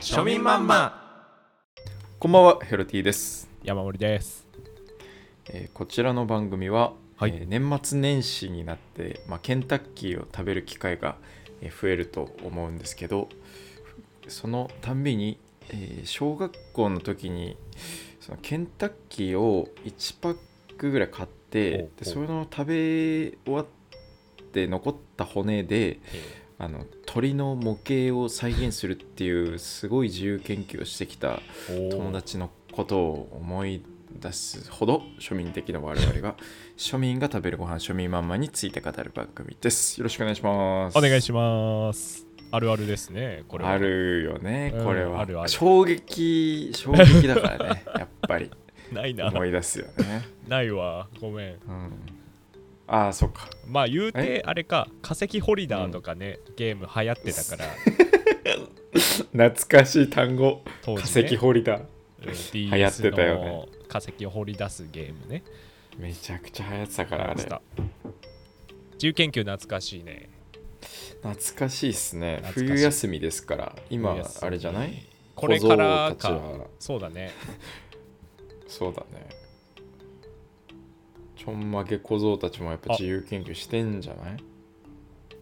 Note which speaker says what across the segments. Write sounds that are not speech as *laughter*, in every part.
Speaker 1: 庶民マンマこんばんはヘロティです、
Speaker 2: 山森です。
Speaker 1: えーこちらの番組は、
Speaker 2: はい
Speaker 1: えー年末年始になって、まあ、ケンタッキーを食べる機会がえー増えると思うんですけどそのたんびに、えー小学校の時にそのケンタッキーを1パックぐらい買っ
Speaker 2: ほう
Speaker 1: て
Speaker 2: ほう
Speaker 1: でその食べ終わって残った骨で、あの鳥の模型を再現するっていうすごい自由研究をしてきた友達のことを思い出すほど庶民的な我々が庶民が食べるご飯庶民マンマについて語る番組ですよろしくお願いします
Speaker 2: お願い
Speaker 1: ま
Speaker 2: します。あるあるですね、これは。
Speaker 1: あるよね
Speaker 2: うん
Speaker 1: これは、
Speaker 2: あるある
Speaker 1: 衝撃衝撃だから
Speaker 2: *laughs*
Speaker 1: ねやっぱり
Speaker 2: ないな。
Speaker 1: 思い出すよね、
Speaker 2: ないわ。ごめん。
Speaker 1: うん、ああそっか
Speaker 2: まあ言う
Speaker 1: え
Speaker 2: て、あれか、化石ホリダーとかね、ゲーム流行ってたから、
Speaker 1: 懐かしい単語
Speaker 2: 当
Speaker 1: 化
Speaker 2: 時、
Speaker 1: 石
Speaker 2: ね。
Speaker 1: 掘りだ
Speaker 2: うん
Speaker 1: 流行ってたよね
Speaker 2: DS の化石を掘り出すゲームね。
Speaker 1: めちゃくちゃ流行ってたからあれ
Speaker 2: した自由研究懐かしいね。
Speaker 1: 懐かしいですね
Speaker 2: 懐かしい
Speaker 1: 冬休みですから今
Speaker 2: 冬休み
Speaker 1: あれじゃない
Speaker 2: これから
Speaker 1: 小僧たち
Speaker 2: か。
Speaker 1: は
Speaker 2: そうだね。
Speaker 1: そうだねちょんまげ小僧たちもやっぱ
Speaker 2: あ
Speaker 1: 自由研究してんじゃない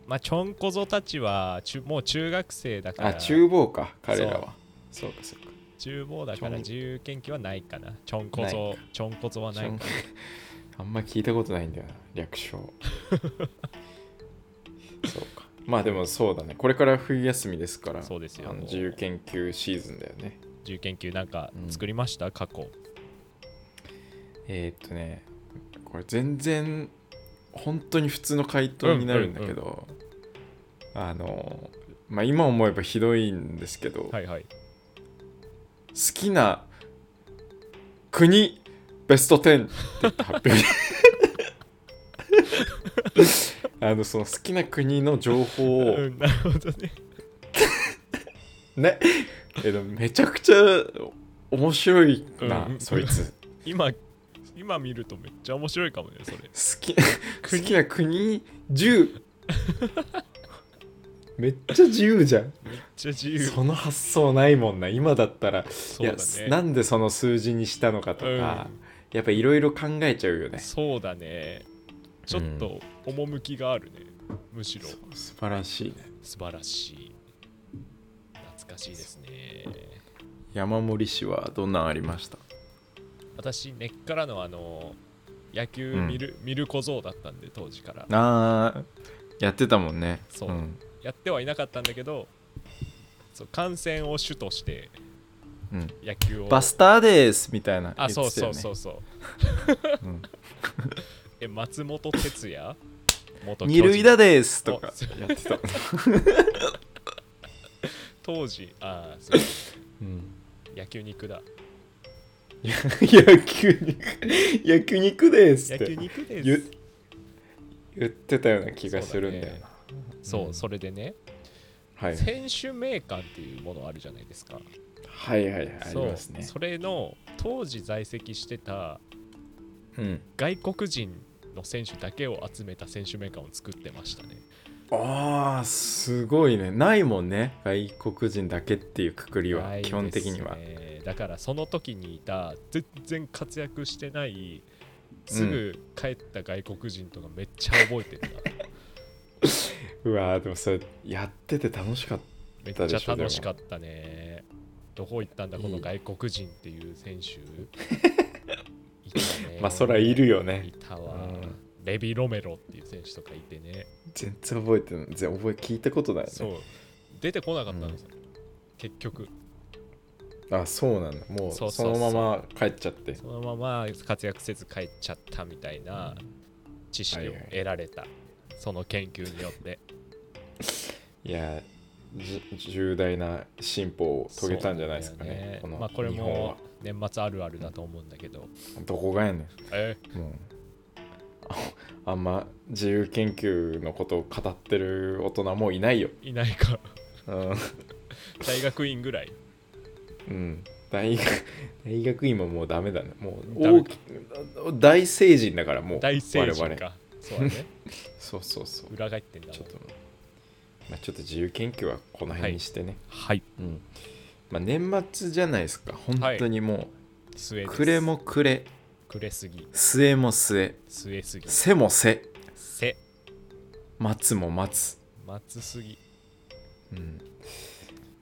Speaker 2: まあ、ちょんこぞたちは中、もう中学生だか
Speaker 1: あ
Speaker 2: ら、
Speaker 1: 厨房か彼らはそうかそうか
Speaker 2: 厨房だか
Speaker 1: ちょ
Speaker 2: ら
Speaker 1: ん
Speaker 2: 自由研究はないかな。ちょんこ
Speaker 1: ない
Speaker 2: ぞ
Speaker 1: か、
Speaker 2: ちょんこぞはない
Speaker 1: ちょ
Speaker 2: か
Speaker 1: んあんま聞いたことないんだよな略 *laughs* 称そうかまあでもそうだねこれから冬休みですから
Speaker 2: そうですよ
Speaker 1: あの自由研究シーズンだよね
Speaker 2: 自由研究なんか
Speaker 1: うん
Speaker 2: 作りました、過去
Speaker 1: えーっとねこれ全然本当に普通の回答になるんだけど、あのまあ今思えばひどいんですけど、好
Speaker 2: はいはい
Speaker 1: きな国ベスト10って言った発表 *laughs* あのその好きな国の情報を
Speaker 2: うん *laughs* なるほどね
Speaker 1: ね、えっとめちゃくちゃ面白いな、
Speaker 2: うん
Speaker 1: そいつ
Speaker 2: 今今見るとめっちゃ面白いかもねそれ
Speaker 1: 好
Speaker 2: *laughs*
Speaker 1: き好きな国10めっちゃ自由じゃん
Speaker 2: めっちゃ自由
Speaker 1: その発想ないもんな今だったら、い
Speaker 2: そう
Speaker 1: や
Speaker 2: だ
Speaker 1: な
Speaker 2: ね
Speaker 1: んでその数字にしたのかとか、
Speaker 2: うん
Speaker 1: やっぱいろいろ考えちゃうよね
Speaker 2: そうだねちょっと趣があるね、むしろ
Speaker 1: 素晴らしいね
Speaker 2: 素晴らしい懐かしいですね
Speaker 1: 山森氏はどんなんありました
Speaker 2: 私根っからのあの野球見る、見る小僧だったんで当時から
Speaker 1: あーやってたもんね
Speaker 2: そうんやってはいなかったんだけどそう観戦を主として
Speaker 1: うん
Speaker 2: 野球を
Speaker 1: バスターですみたいな
Speaker 2: あ、
Speaker 1: 言
Speaker 2: そう
Speaker 1: ってた
Speaker 2: そ
Speaker 1: よ
Speaker 2: う
Speaker 1: ね
Speaker 2: そうそう。
Speaker 1: うん
Speaker 2: *laughs* え、松本哲也元
Speaker 1: 二塁
Speaker 2: 巨人
Speaker 1: 打ですとか
Speaker 2: おそう
Speaker 1: やってた、
Speaker 2: 当時、あーそう
Speaker 1: *laughs* うん
Speaker 2: 野球肉だ。
Speaker 1: 野球肉野球肉ですっ
Speaker 2: 野球
Speaker 1: て
Speaker 2: 肉で
Speaker 1: 言
Speaker 2: す。
Speaker 1: 言ってたような気がするんだよな
Speaker 2: そうう、
Speaker 1: ん
Speaker 2: それでね、
Speaker 1: はい、
Speaker 2: 選手名鑑っていうものあるじゃないですか。
Speaker 1: はいはいはいあ
Speaker 2: そう
Speaker 1: りますね
Speaker 2: それの当時在籍してた
Speaker 1: うん、
Speaker 2: 外国人の選手だけを集めた選手名鑑を作ってましたね。
Speaker 1: あーすごいねないもんね外国人だけっていうくくりは
Speaker 2: ない
Speaker 1: 基本的には、
Speaker 2: ですねだからその時にいた全然活躍してないすぐ帰った外国人とかめっちゃ覚えて
Speaker 1: *laughs*
Speaker 2: た、
Speaker 1: うわーでもそれやってて楽しかっ
Speaker 2: めっちゃ楽しかった
Speaker 1: *laughs*
Speaker 2: ねどこ行ったんだこ
Speaker 1: い
Speaker 2: の
Speaker 1: い
Speaker 2: 外国人っていう選手いたね
Speaker 1: *laughs* まあそらいるよね
Speaker 2: いたわ、
Speaker 1: うん
Speaker 2: レビ・ロメロっていう選手とかいてね
Speaker 1: た全然覚えてない全然覚え聞いたことないね
Speaker 2: そう出てこなかったの、
Speaker 1: うん
Speaker 2: それ結局
Speaker 1: あそうなんだもう
Speaker 2: そ
Speaker 1: そ
Speaker 2: そ
Speaker 1: う
Speaker 2: うそう
Speaker 1: のまま帰っちゃって
Speaker 2: そのまま活躍せず帰っちゃったみたいな知識を得られた、その研究によって
Speaker 1: いやじ重大な進歩を遂げたんじゃないですかね
Speaker 2: そう
Speaker 1: こ
Speaker 2: だよ
Speaker 1: の
Speaker 2: まあ、これ
Speaker 1: 日本は
Speaker 2: も年末あるあるだと思うんだけど、
Speaker 1: どこがやねん
Speaker 2: え
Speaker 1: もうああ *laughs* んま自由研究のことを語ってる大人もういないよ。
Speaker 2: いないか
Speaker 1: うん。
Speaker 2: 大学院ぐらい
Speaker 1: うん、大学大学院ももうダメだね。もう
Speaker 2: ダメ
Speaker 1: 大き大成人だからもう
Speaker 2: 大成人
Speaker 1: 我々
Speaker 2: かそうだ
Speaker 1: *laughs*
Speaker 2: ね
Speaker 1: そうそうそう。
Speaker 2: 裏返ってんだもん
Speaker 1: ちょっと、まあ、ちょっと自由研究はこの辺にしてね。
Speaker 2: はい
Speaker 1: うんまあ、年末じゃないですか本当にも
Speaker 2: 末
Speaker 1: う
Speaker 2: です
Speaker 1: 暮れも暮れ
Speaker 2: くれすぎ
Speaker 1: 末も末
Speaker 2: 末すぎ
Speaker 1: 背も背
Speaker 2: せ
Speaker 1: 待つも待つ、
Speaker 2: 待つすぎ
Speaker 1: うん、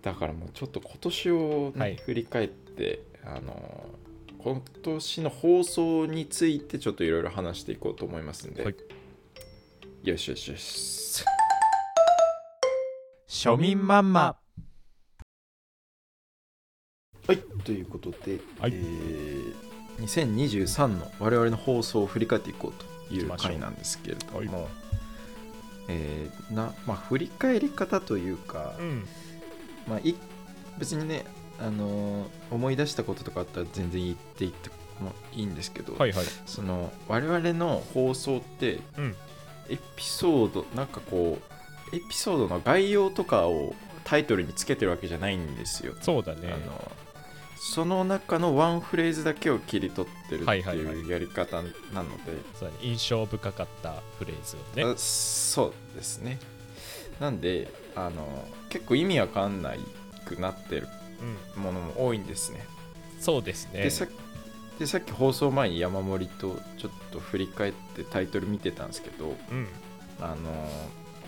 Speaker 1: だからもうちょっと今年をね、
Speaker 2: はい
Speaker 1: 振り返ってあの今年の放送についてちょっといろいろ話していこうと思いますんで、
Speaker 2: はい
Speaker 1: よしよしよし
Speaker 2: 庶民マンマ
Speaker 1: はいということで、
Speaker 2: はい
Speaker 1: えー2023の我々の放送を振り返っていこうとい
Speaker 2: 行き
Speaker 1: う
Speaker 2: ましょう
Speaker 1: 回なんですけれども、
Speaker 2: は
Speaker 1: えーなまあ、振り返り方というか、
Speaker 2: うん
Speaker 1: まあ、い別にね、あのー思い出したこととかあったら全然言っていってもいいんですけど、
Speaker 2: はいはい
Speaker 1: その我々の放送って
Speaker 2: うん
Speaker 1: エピソードなんかこうエピソードの概要とかをタイトルにつけてるわけじゃないんですよ。
Speaker 2: そうだね
Speaker 1: あのその中のワンフレーズだけを切り取ってるって
Speaker 2: はいはいはい
Speaker 1: いうやり方なので、
Speaker 2: そうだね印象深かったフレーズをね
Speaker 1: あそうですねなんであの結構意味わかんないくなってる
Speaker 2: うん
Speaker 1: ものも多いんですね、
Speaker 2: そうですね
Speaker 1: でさでさっき放送前に山盛りとちょっと振り返ってタイトル見てたんですけど
Speaker 2: うん
Speaker 1: あの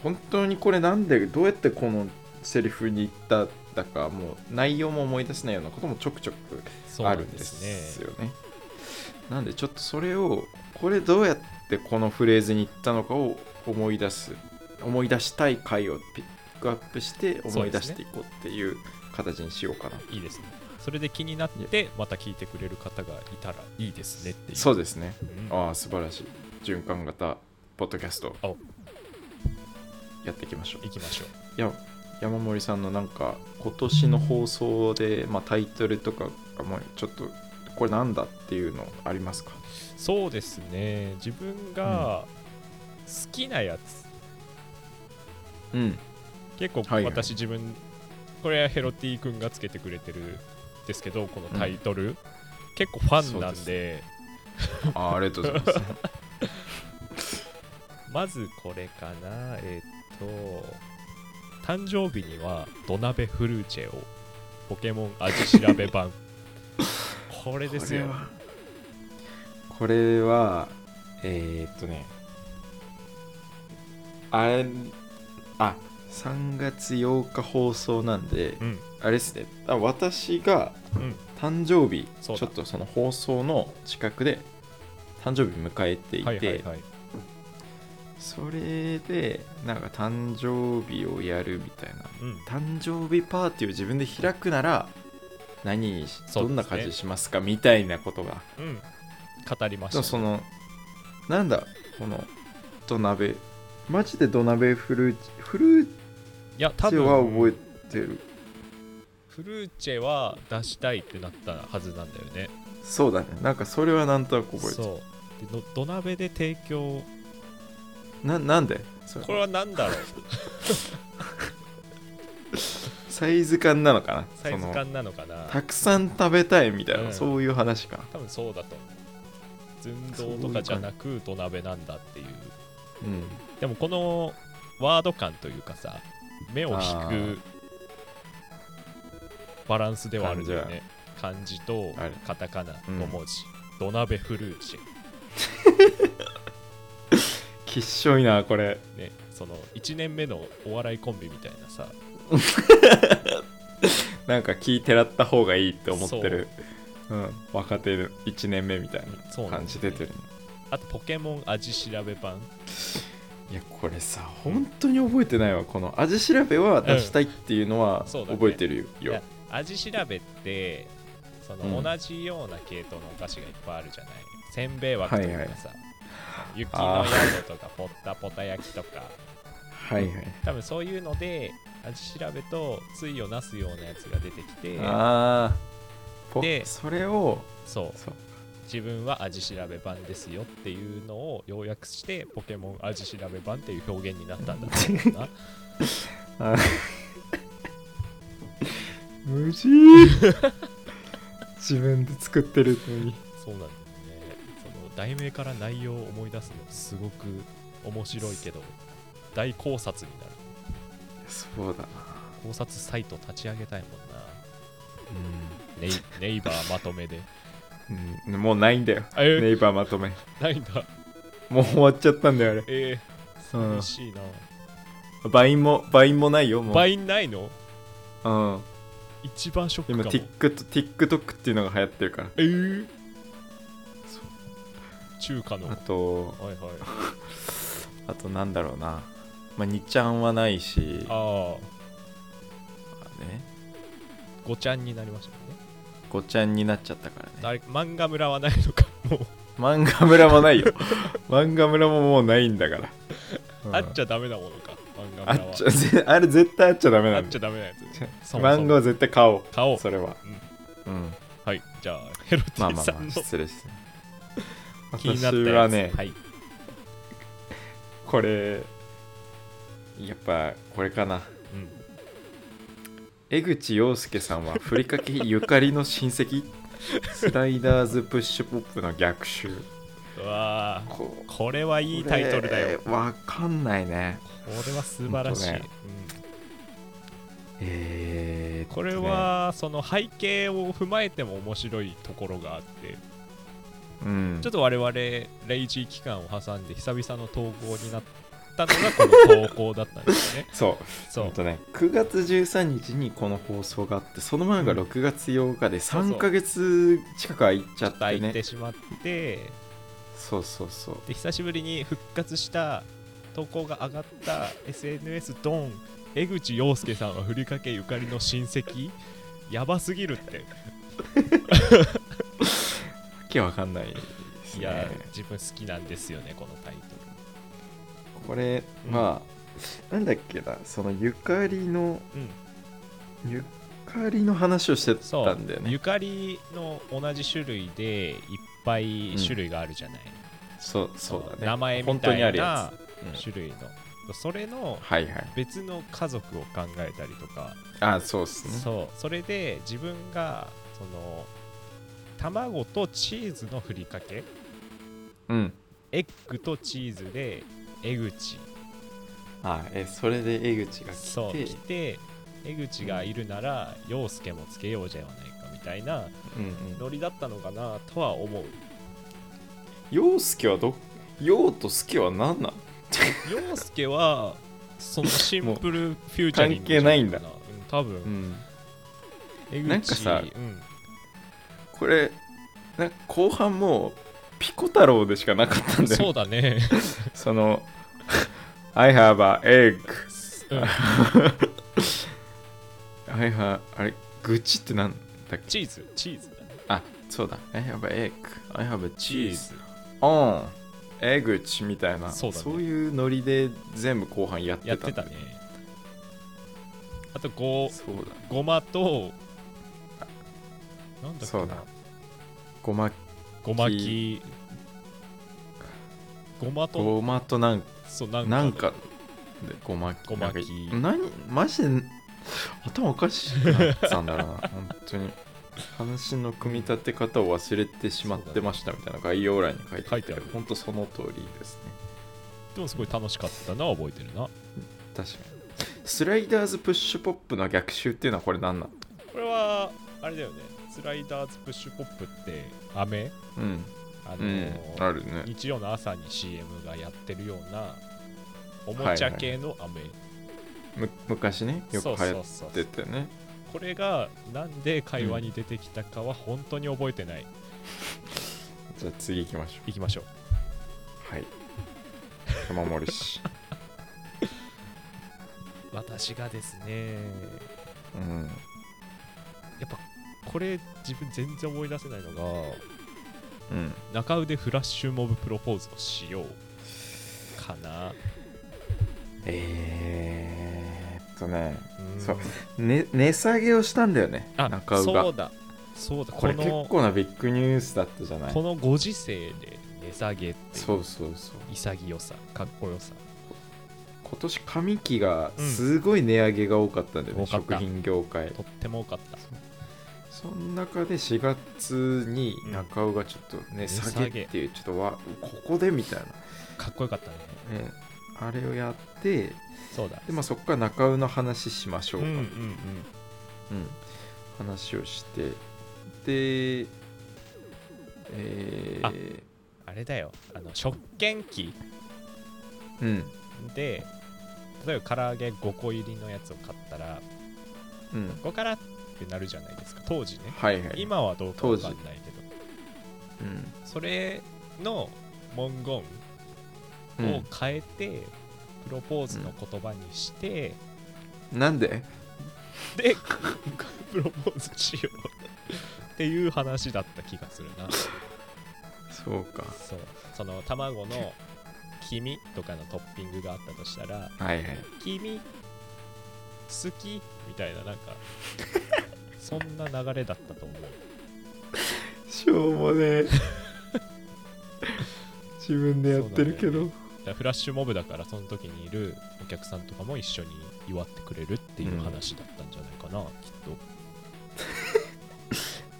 Speaker 1: 本当にこれなんでどうやってこのセリフに言っただかもう内容も思い出せないようなこともちょくちょく
Speaker 2: そう
Speaker 1: あ
Speaker 2: なん
Speaker 1: るん
Speaker 2: で
Speaker 1: ですす
Speaker 2: ね
Speaker 1: よね。なんでちょっとそれをこれどうやってこのフレーズに言ったのかを思い出す思い出したい回をピックアップして
Speaker 2: そう
Speaker 1: 思
Speaker 2: ですね
Speaker 1: い出していこうっていう形にしようかな。
Speaker 2: いいですねそれで気になってまた聞いてくれる方がいたらいいですねっていう
Speaker 1: そう
Speaker 2: で
Speaker 1: ですね。ああ素晴らしい。循環型ポッドキャスト
Speaker 2: お
Speaker 1: やっていきましょう。
Speaker 2: 行きましょ
Speaker 1: いや山森さんのなんか今年の放送で、まあ、タイトルとかがもうちょっとこれなんだっていうのありますか
Speaker 2: うそうですね自分が好きなやつ
Speaker 1: うん
Speaker 2: 結構
Speaker 1: はいはい
Speaker 2: 私自分、これはヘロティ君がつけてくれてるんですけどこのタイトル、結構ファンなんで
Speaker 1: そうあありがとうございます。
Speaker 2: まずこれかなえーっと誕生日には土鍋フルーチェをポケモン味調べ
Speaker 1: *laughs*
Speaker 2: 版これですよ
Speaker 1: これはえー、っとねあれあ3月8日放送なんで、
Speaker 2: うん
Speaker 1: あれですねあ私が
Speaker 2: うん
Speaker 1: 誕生日ち
Speaker 2: そ
Speaker 1: ょ
Speaker 2: う
Speaker 1: っ
Speaker 2: だ
Speaker 1: とその放送の近くで誕生日迎えていて、
Speaker 2: はいはいはい
Speaker 1: それでなんか誕生日をやるみたいな
Speaker 2: うん
Speaker 1: 誕生日パーティーを自分で開くなら何にし、
Speaker 2: そうですね
Speaker 1: どんな感じにしますかみたいなことが
Speaker 2: うん語りま
Speaker 1: でも
Speaker 2: し
Speaker 1: そ
Speaker 2: たね
Speaker 1: のなんだこの土鍋マジで土鍋フルーチフルー
Speaker 2: いや多
Speaker 1: チェ
Speaker 2: 分
Speaker 1: は覚えてる
Speaker 2: フルーチェは出したいってなったはずなんだよね
Speaker 1: そうだねなんかそれはなんとなく覚えてる
Speaker 2: そうでの土鍋で提供
Speaker 1: ななんでそれ
Speaker 2: これは何
Speaker 1: *laughs*
Speaker 2: だろう
Speaker 1: サイズ感なのかな
Speaker 2: サイズ
Speaker 1: その
Speaker 2: 感なのかな
Speaker 1: たくさん食べたいみたいな、
Speaker 2: うん
Speaker 1: そういう話か
Speaker 2: 多分そうだと思う寸胴とかじゃなく土鍋なんだっていう
Speaker 1: うん
Speaker 2: でもこのワード感というかさ目を
Speaker 1: あ
Speaker 2: 引く
Speaker 1: ー
Speaker 2: バランスではあるんだよね漢字と
Speaker 1: あれ
Speaker 2: カタカナ
Speaker 1: うん
Speaker 2: 5文字、土鍋フルーチ
Speaker 1: きっしょいなこれ
Speaker 2: ェねその1年目のお笑いコンビみたいなさ
Speaker 1: なんか気てらった方がいいって思ってるう、ん、若手の1年目みたい
Speaker 2: そう
Speaker 1: な
Speaker 2: なんだ
Speaker 1: 感じ
Speaker 2: よ
Speaker 1: 出
Speaker 2: ね
Speaker 1: てるね
Speaker 2: あとポケモン味調べ版
Speaker 1: いやこれさ本当に覚えてないわこの味調べは出したいっていうのは
Speaker 2: んそうだね
Speaker 1: 覚えてるよ、
Speaker 2: いや味調べってその
Speaker 1: うん
Speaker 2: 同じような系統のお菓子がいっぱいあるじゃない、せんべい枠とかさ、
Speaker 1: はいはい
Speaker 2: 雪
Speaker 1: あ
Speaker 2: の宿とかポッタポタ焼きとか
Speaker 1: はいはい
Speaker 2: 多分そういうので味調べとついをなすようなやつが出てきて
Speaker 1: ああ
Speaker 2: で
Speaker 1: それを
Speaker 2: そう
Speaker 1: そう
Speaker 2: 自分は味調べ版ですよっていうのを要約してポケモン味調べ版っていう表現になったんだと思うな
Speaker 1: あー無事自分で作ってるのに
Speaker 2: そうなんだよねその題名から内容を思い出すのすごく面白いけど大考察になる
Speaker 1: そうだな
Speaker 2: 考察サイト立ち上げたいもんなネイ *laughs* ネイバーまとめで。
Speaker 1: うんうんもうないんだよ
Speaker 2: え
Speaker 1: ネイバーまとめ
Speaker 2: ないんだ。
Speaker 1: もう終わっちゃったんだよあれ、
Speaker 2: え
Speaker 1: う
Speaker 2: ー、
Speaker 1: ん
Speaker 2: 嬉、しいな。
Speaker 1: バインもバインもないよもう
Speaker 2: バインないの
Speaker 1: うん、
Speaker 2: 一番ショックか
Speaker 1: 今
Speaker 2: も。
Speaker 1: TikTok, TikTok っていうのが流行ってるから
Speaker 2: えー
Speaker 1: そ
Speaker 2: 中華の。
Speaker 1: あ
Speaker 2: はい
Speaker 1: と
Speaker 2: はい。
Speaker 1: あとなんだろうなまあ2ちゃんはないし
Speaker 2: ああ、
Speaker 1: ね
Speaker 2: ごちゃんになりましたね。
Speaker 1: 5ちゃんになっちゃったからね
Speaker 2: 誰漫画村はないのか。もう、
Speaker 1: 漫画村もないよ漫画村ももうないんだから、
Speaker 2: あっち
Speaker 1: ゃ
Speaker 2: ゃダメなものか。漫
Speaker 1: あ
Speaker 2: 画村は。
Speaker 1: っちゃぜ *laughs* あれ絶対あっちゃダメ
Speaker 2: あ
Speaker 1: な
Speaker 2: っ
Speaker 1: ん
Speaker 2: ち
Speaker 1: だ
Speaker 2: ゃダメなやつ。そもそも
Speaker 1: 漫画は絶対買おう
Speaker 2: 買おう。
Speaker 1: それはうん
Speaker 2: はい、じゃあ、ヘロテ
Speaker 1: まあ
Speaker 2: ィ *laughs*
Speaker 1: まあ
Speaker 2: さ
Speaker 1: ま
Speaker 2: ん
Speaker 1: あ
Speaker 2: の
Speaker 1: 失礼して
Speaker 2: 気になった
Speaker 1: 私
Speaker 2: や
Speaker 1: は
Speaker 2: つ。
Speaker 1: ね
Speaker 2: はい。
Speaker 1: これやっぱこれかな
Speaker 2: うん
Speaker 1: 江口洋介さんはふりかけゆかりの親
Speaker 2: *laughs*
Speaker 1: 戚スライダーズプッシュポップの逆襲
Speaker 2: うわあ
Speaker 1: こ
Speaker 2: これはいいタイトルだよ。
Speaker 1: これわかんないね
Speaker 2: これは素晴らしい。
Speaker 1: ほんとね
Speaker 2: うん
Speaker 1: えーっと
Speaker 2: こ
Speaker 1: ね
Speaker 2: れはその背景を踏まえても面白いところがあって、
Speaker 1: うん。
Speaker 2: ちょっと我々、レイジー期間を挟んで久々の投稿になったのがこの投稿だったんですよね
Speaker 1: *laughs* そう
Speaker 2: そ
Speaker 1: ほん
Speaker 2: う。
Speaker 1: とね9月13日にこの放送があってその前が6月8日で
Speaker 2: そうそう
Speaker 1: 3ヶ月近く空いちゃって
Speaker 2: 抱い
Speaker 1: ね
Speaker 2: てしまって、
Speaker 1: そうそうそう
Speaker 2: で久しぶりに復活した投稿が上がった SNS ドン江口洋介さんはふりかけゆかりの親戚やばすぎるって
Speaker 1: わけわかんないです
Speaker 2: いや
Speaker 1: ね
Speaker 2: 自分好きなんですよねこのタイト
Speaker 1: これ
Speaker 2: うん
Speaker 1: まあなんだっけなそのゆかりの
Speaker 2: ルうん
Speaker 1: ゆかりの話をして
Speaker 2: そ
Speaker 1: た
Speaker 2: うん
Speaker 1: だよね
Speaker 2: ゆかりの同じ種類でいっぱい種類があるじゃない、
Speaker 1: そうそうだね
Speaker 2: 名前み
Speaker 1: 本当
Speaker 2: た
Speaker 1: にあ
Speaker 2: い
Speaker 1: る
Speaker 2: な
Speaker 1: やつ、うん
Speaker 2: 種類のそれの
Speaker 1: はいはい
Speaker 2: 別の家族を考えたりとか
Speaker 1: あそうっすね
Speaker 2: そうそれで自分がその卵とチーズのふりかけ
Speaker 1: うん
Speaker 2: エッグとチーズで江口
Speaker 1: あえそれで江口が
Speaker 2: そう
Speaker 1: 来
Speaker 2: 来
Speaker 1: て
Speaker 2: て江口がいるなら陽介もつけようじゃないかみたいな
Speaker 1: うんうん
Speaker 2: ノリだったのかなとは思う
Speaker 1: 陽介はど陽と介は何なの
Speaker 2: 陽介はそのシンプルフューチャリング
Speaker 1: もう関係ないんだ
Speaker 2: じゃかうん多分、
Speaker 1: ん
Speaker 2: 江口
Speaker 1: なんかさ
Speaker 2: うん
Speaker 1: これなんか後半もうピコ太郎でしかなかったんだよ
Speaker 2: そうだね、
Speaker 1: その *laughs* I have a egg
Speaker 2: うん
Speaker 1: I have あれ愚痴ってなんだっけ
Speaker 2: チーズチーズだね
Speaker 1: あそうだ I have a egg I have a cheese
Speaker 2: チーズ
Speaker 1: on 江口みたいな
Speaker 2: そうだね
Speaker 1: いうノリで全部後半やってた
Speaker 2: やってたねあとご
Speaker 1: そうだ
Speaker 2: ごまとなんだっ
Speaker 1: そ
Speaker 2: け
Speaker 1: う
Speaker 2: な
Speaker 1: だごま
Speaker 2: ごまきごまと
Speaker 1: ごまとなん
Speaker 2: そうなんか
Speaker 1: なんかでごまき
Speaker 2: ごまき
Speaker 1: なんか何マジで頭おかしくなってたんだろう
Speaker 2: *laughs*
Speaker 1: な本当に話の組み立て方を忘れてしまってましたみたいな概要欄に書いて
Speaker 2: 書
Speaker 1: あ
Speaker 2: い
Speaker 1: って
Speaker 2: ある
Speaker 1: 本当その通りですね
Speaker 2: でもすごい楽しかったな覚えてるなこ
Speaker 1: 確かにスライダーズプッシュポップの逆襲っていうのはこれ何なの
Speaker 2: れはあれだよねスライダーズプッシュポップって飴
Speaker 1: うん、
Speaker 2: あの
Speaker 1: うん
Speaker 2: ー、
Speaker 1: あるね
Speaker 2: 日曜の朝に CM がやってるようなおもちゃ系の飴、
Speaker 1: む昔ねよ
Speaker 2: そう
Speaker 1: く流
Speaker 2: そう
Speaker 1: 行っ
Speaker 2: そう
Speaker 1: ててね
Speaker 2: これがなんで会話に出てきたかは本当に覚えてない、
Speaker 1: じゃあ次行きましょ
Speaker 2: 行きましょう
Speaker 1: う
Speaker 2: *laughs*
Speaker 1: はい山森氏
Speaker 2: 私がですね
Speaker 1: うん
Speaker 2: やっぱこれ自分全然思い出せないのが
Speaker 1: うん
Speaker 2: 中腕フラッシュモブプロポーズをしようかな
Speaker 1: えー、っとね
Speaker 2: ん
Speaker 1: そうね値下げをしたんだよね
Speaker 2: あ
Speaker 1: 中尾
Speaker 2: そ
Speaker 1: が
Speaker 2: うだそうだ
Speaker 1: こ
Speaker 2: こ
Speaker 1: れ
Speaker 2: の
Speaker 1: 結構なビッグニュースだったじゃない
Speaker 2: このご時世で値下げっていう
Speaker 1: そうそうそう
Speaker 2: 潔さかっこよさ
Speaker 1: 今年上期が
Speaker 2: うん
Speaker 1: すごい値上げが多かったんだよね、
Speaker 2: 多かった
Speaker 1: 食品業界
Speaker 2: とっても多かった
Speaker 1: その中で4月に中尾がちょっと値下げっていうちょっとわここでみたいな、
Speaker 2: かっこよかったね
Speaker 1: ええあれをやって
Speaker 2: そうだ
Speaker 1: で、まあ、そこから中尾の話しましょ
Speaker 2: う
Speaker 1: うんか、
Speaker 2: うんう
Speaker 1: うんん話をしてでえ
Speaker 2: あ
Speaker 1: ー、
Speaker 2: あれだよあの食券機
Speaker 1: うん
Speaker 2: で例えば唐揚げ5個入りのやつを買ったら
Speaker 1: うん
Speaker 2: 5からってなるじゃないですか当時ね
Speaker 1: はいはい、
Speaker 2: 今はどうかわかんないけど
Speaker 1: うん
Speaker 2: それの文言を
Speaker 1: うん
Speaker 2: 変えて、プロポーズの言葉にして、
Speaker 1: なんで
Speaker 2: で *laughs* プロポーズしようっていう話だった気がする
Speaker 1: *laughs*
Speaker 2: な
Speaker 1: そうか
Speaker 2: そうその卵の黄身とかのトッピングがあったとしたら
Speaker 1: はいはい
Speaker 2: 君好きみたいななんか
Speaker 1: *laughs*
Speaker 2: そんな流れだったと思う
Speaker 1: しょうもね *laughs* え自分でやってるけ
Speaker 2: そうだよ
Speaker 1: ど
Speaker 2: だからフラッシュモブだからその時にいるお客さんとかも一緒に祝ってくれるっていう話だったんじゃないかな、きっ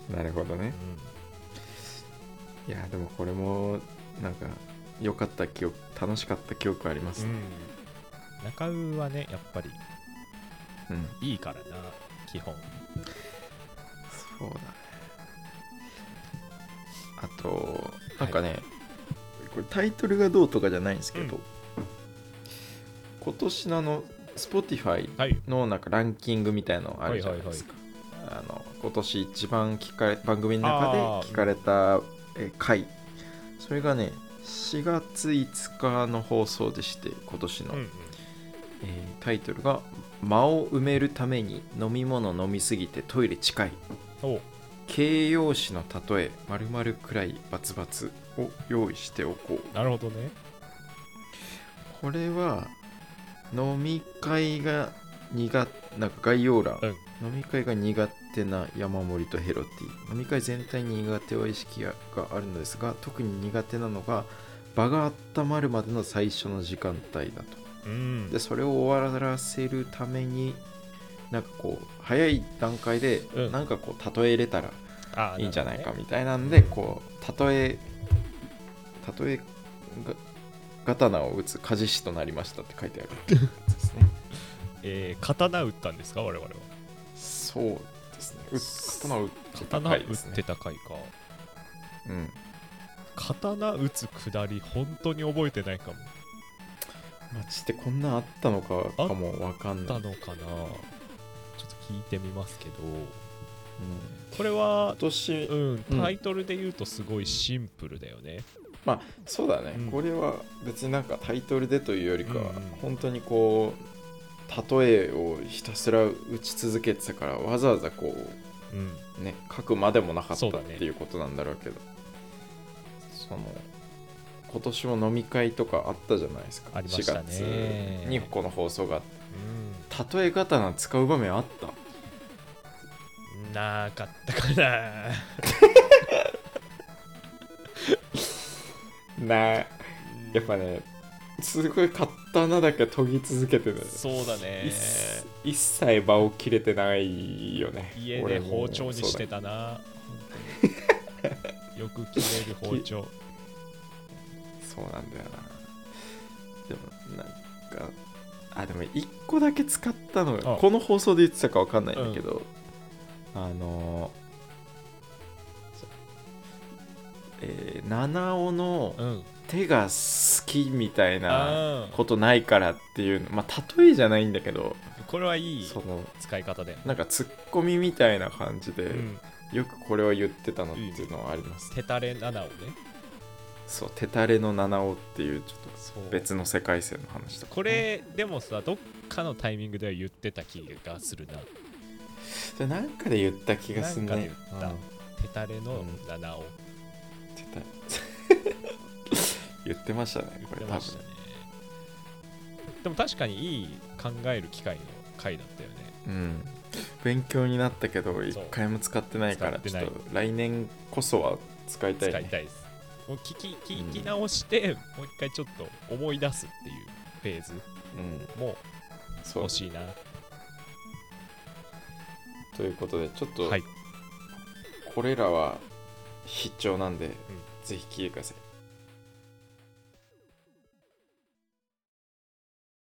Speaker 2: と、
Speaker 1: なるほどねいやでもこれもなんか良かった記憶楽しかった記憶あります
Speaker 2: う
Speaker 1: ね、
Speaker 2: ん、中尾はねやっぱり
Speaker 1: うん、
Speaker 2: いいからな基本
Speaker 1: そうだねあとなんかね、これタイトルがどうとかじゃないんですけど、
Speaker 2: うん
Speaker 1: 今年のあの Spotify
Speaker 2: はい
Speaker 1: のなんかランキングみたいのあるじゃないですか、あの今年一番聞かれ番組の中で聞かれたえ回それがね4月5日の放送でして今年の、
Speaker 2: うんうん
Speaker 1: えータイトルが「間を埋めるために飲み物飲みすぎてトイレ近い」
Speaker 2: お
Speaker 1: 形容詞の例えまるまるくらいバツバツを用意しておこう
Speaker 2: なるほどね
Speaker 1: これは飲み会が苦なんか概要欄、
Speaker 2: う
Speaker 1: 飲み会が苦手な山盛りとヘロティ飲み会全体に苦手は意識があるのですが特に苦手なのが場が温まるまでの最初の時間帯だと
Speaker 2: うん
Speaker 1: でそれを終わらせるためになんかこう早い段階で
Speaker 2: うん
Speaker 1: なんかこう例えれたら
Speaker 2: あー
Speaker 1: いいんじゃないか
Speaker 2: る
Speaker 1: みたいなんでこう例え例えが刀を打つ鍛冶師となりましたって書いてあるですね
Speaker 2: ほどねえー刀打ったんですか我々は
Speaker 1: そうですね打つ刀を打ってた
Speaker 2: 刀
Speaker 1: 回
Speaker 2: 打
Speaker 1: で
Speaker 2: っ
Speaker 1: すね
Speaker 2: てた回か
Speaker 1: うん
Speaker 2: 刀打つくだり本当に覚えてないかも
Speaker 1: マジでこんなんあったのかかもわかん
Speaker 2: っ
Speaker 1: な
Speaker 2: た
Speaker 1: い、
Speaker 2: のかなちょっと聞いてみますけど
Speaker 1: うん
Speaker 2: これは
Speaker 1: 今年
Speaker 2: うん
Speaker 1: うん
Speaker 2: タイトルで言うとすごいシンプルだよね
Speaker 1: まあそうだね、
Speaker 2: うん
Speaker 1: これは別になんかタイトルでというよりかは、
Speaker 2: うんうん
Speaker 1: 本当にこう例えをひたすら打ち続けてたからわざわざこう
Speaker 2: うん
Speaker 1: ね、書くまでもなかっ
Speaker 2: そ
Speaker 1: た
Speaker 2: う
Speaker 1: っ
Speaker 2: だね
Speaker 1: ていうことなんだろうけどその今年も飲み会とかあったじゃないですか
Speaker 2: ありましたね
Speaker 1: 4月にこの放送があって例え刀使う場面あった
Speaker 2: うんなかったかな
Speaker 1: なあやっぱねすごい刀だけ研ぎ続けてる、
Speaker 2: そうだね
Speaker 1: 一切一切場を切れてないよね
Speaker 2: 家
Speaker 1: 俺
Speaker 2: で
Speaker 1: も
Speaker 2: 包丁にして
Speaker 1: そう
Speaker 2: たな本当によく切れる包丁
Speaker 1: だそうなんだよなでもなんかあでも1個だけ使ったの
Speaker 2: あ
Speaker 1: がこの放送で言ってたかわかんないんだけど、あのそえー、七尾の
Speaker 2: うん
Speaker 1: 手が好きみたいな
Speaker 2: あー
Speaker 1: ことないからっていうのまあ例えじゃないんだけど
Speaker 2: これはいい
Speaker 1: その
Speaker 2: 使い方だよ
Speaker 1: なんかツッコミみたいな感じで、
Speaker 2: うん
Speaker 1: よくこれを言ってたのっていうのはあります、
Speaker 2: 手たれ7をね
Speaker 1: そう手たれの七尾っていうちょっ
Speaker 2: そう
Speaker 1: と別の世界線の話とかね、
Speaker 2: これでもさどっかのタイミングでは言ってた気がするな
Speaker 1: それなんかで言った気がすん
Speaker 2: なん
Speaker 1: ね
Speaker 2: かで言った
Speaker 1: うん
Speaker 2: 手たれの7を
Speaker 1: 手た *laughs* 言ってましたね
Speaker 2: 言っ
Speaker 1: こ
Speaker 2: て
Speaker 1: れ多
Speaker 2: ま
Speaker 1: 分
Speaker 2: したねでも確かにいい考える機会の回だったよね
Speaker 1: うん、勉強になったけど一回も使ってないか
Speaker 2: 使
Speaker 1: ら
Speaker 2: って
Speaker 1: ち
Speaker 2: ない
Speaker 1: ょっと来年こそは使いた
Speaker 2: 使
Speaker 1: い,、
Speaker 2: い
Speaker 1: ね、
Speaker 2: たいですもう聞き聞き直して、もう一回ちょっと思い出すっていうフェーズ
Speaker 1: うん、
Speaker 2: も
Speaker 1: そう
Speaker 2: 欲しいな
Speaker 1: ということでちょっと
Speaker 2: はい
Speaker 1: これらは必聴なんで、ぜひ聞いてください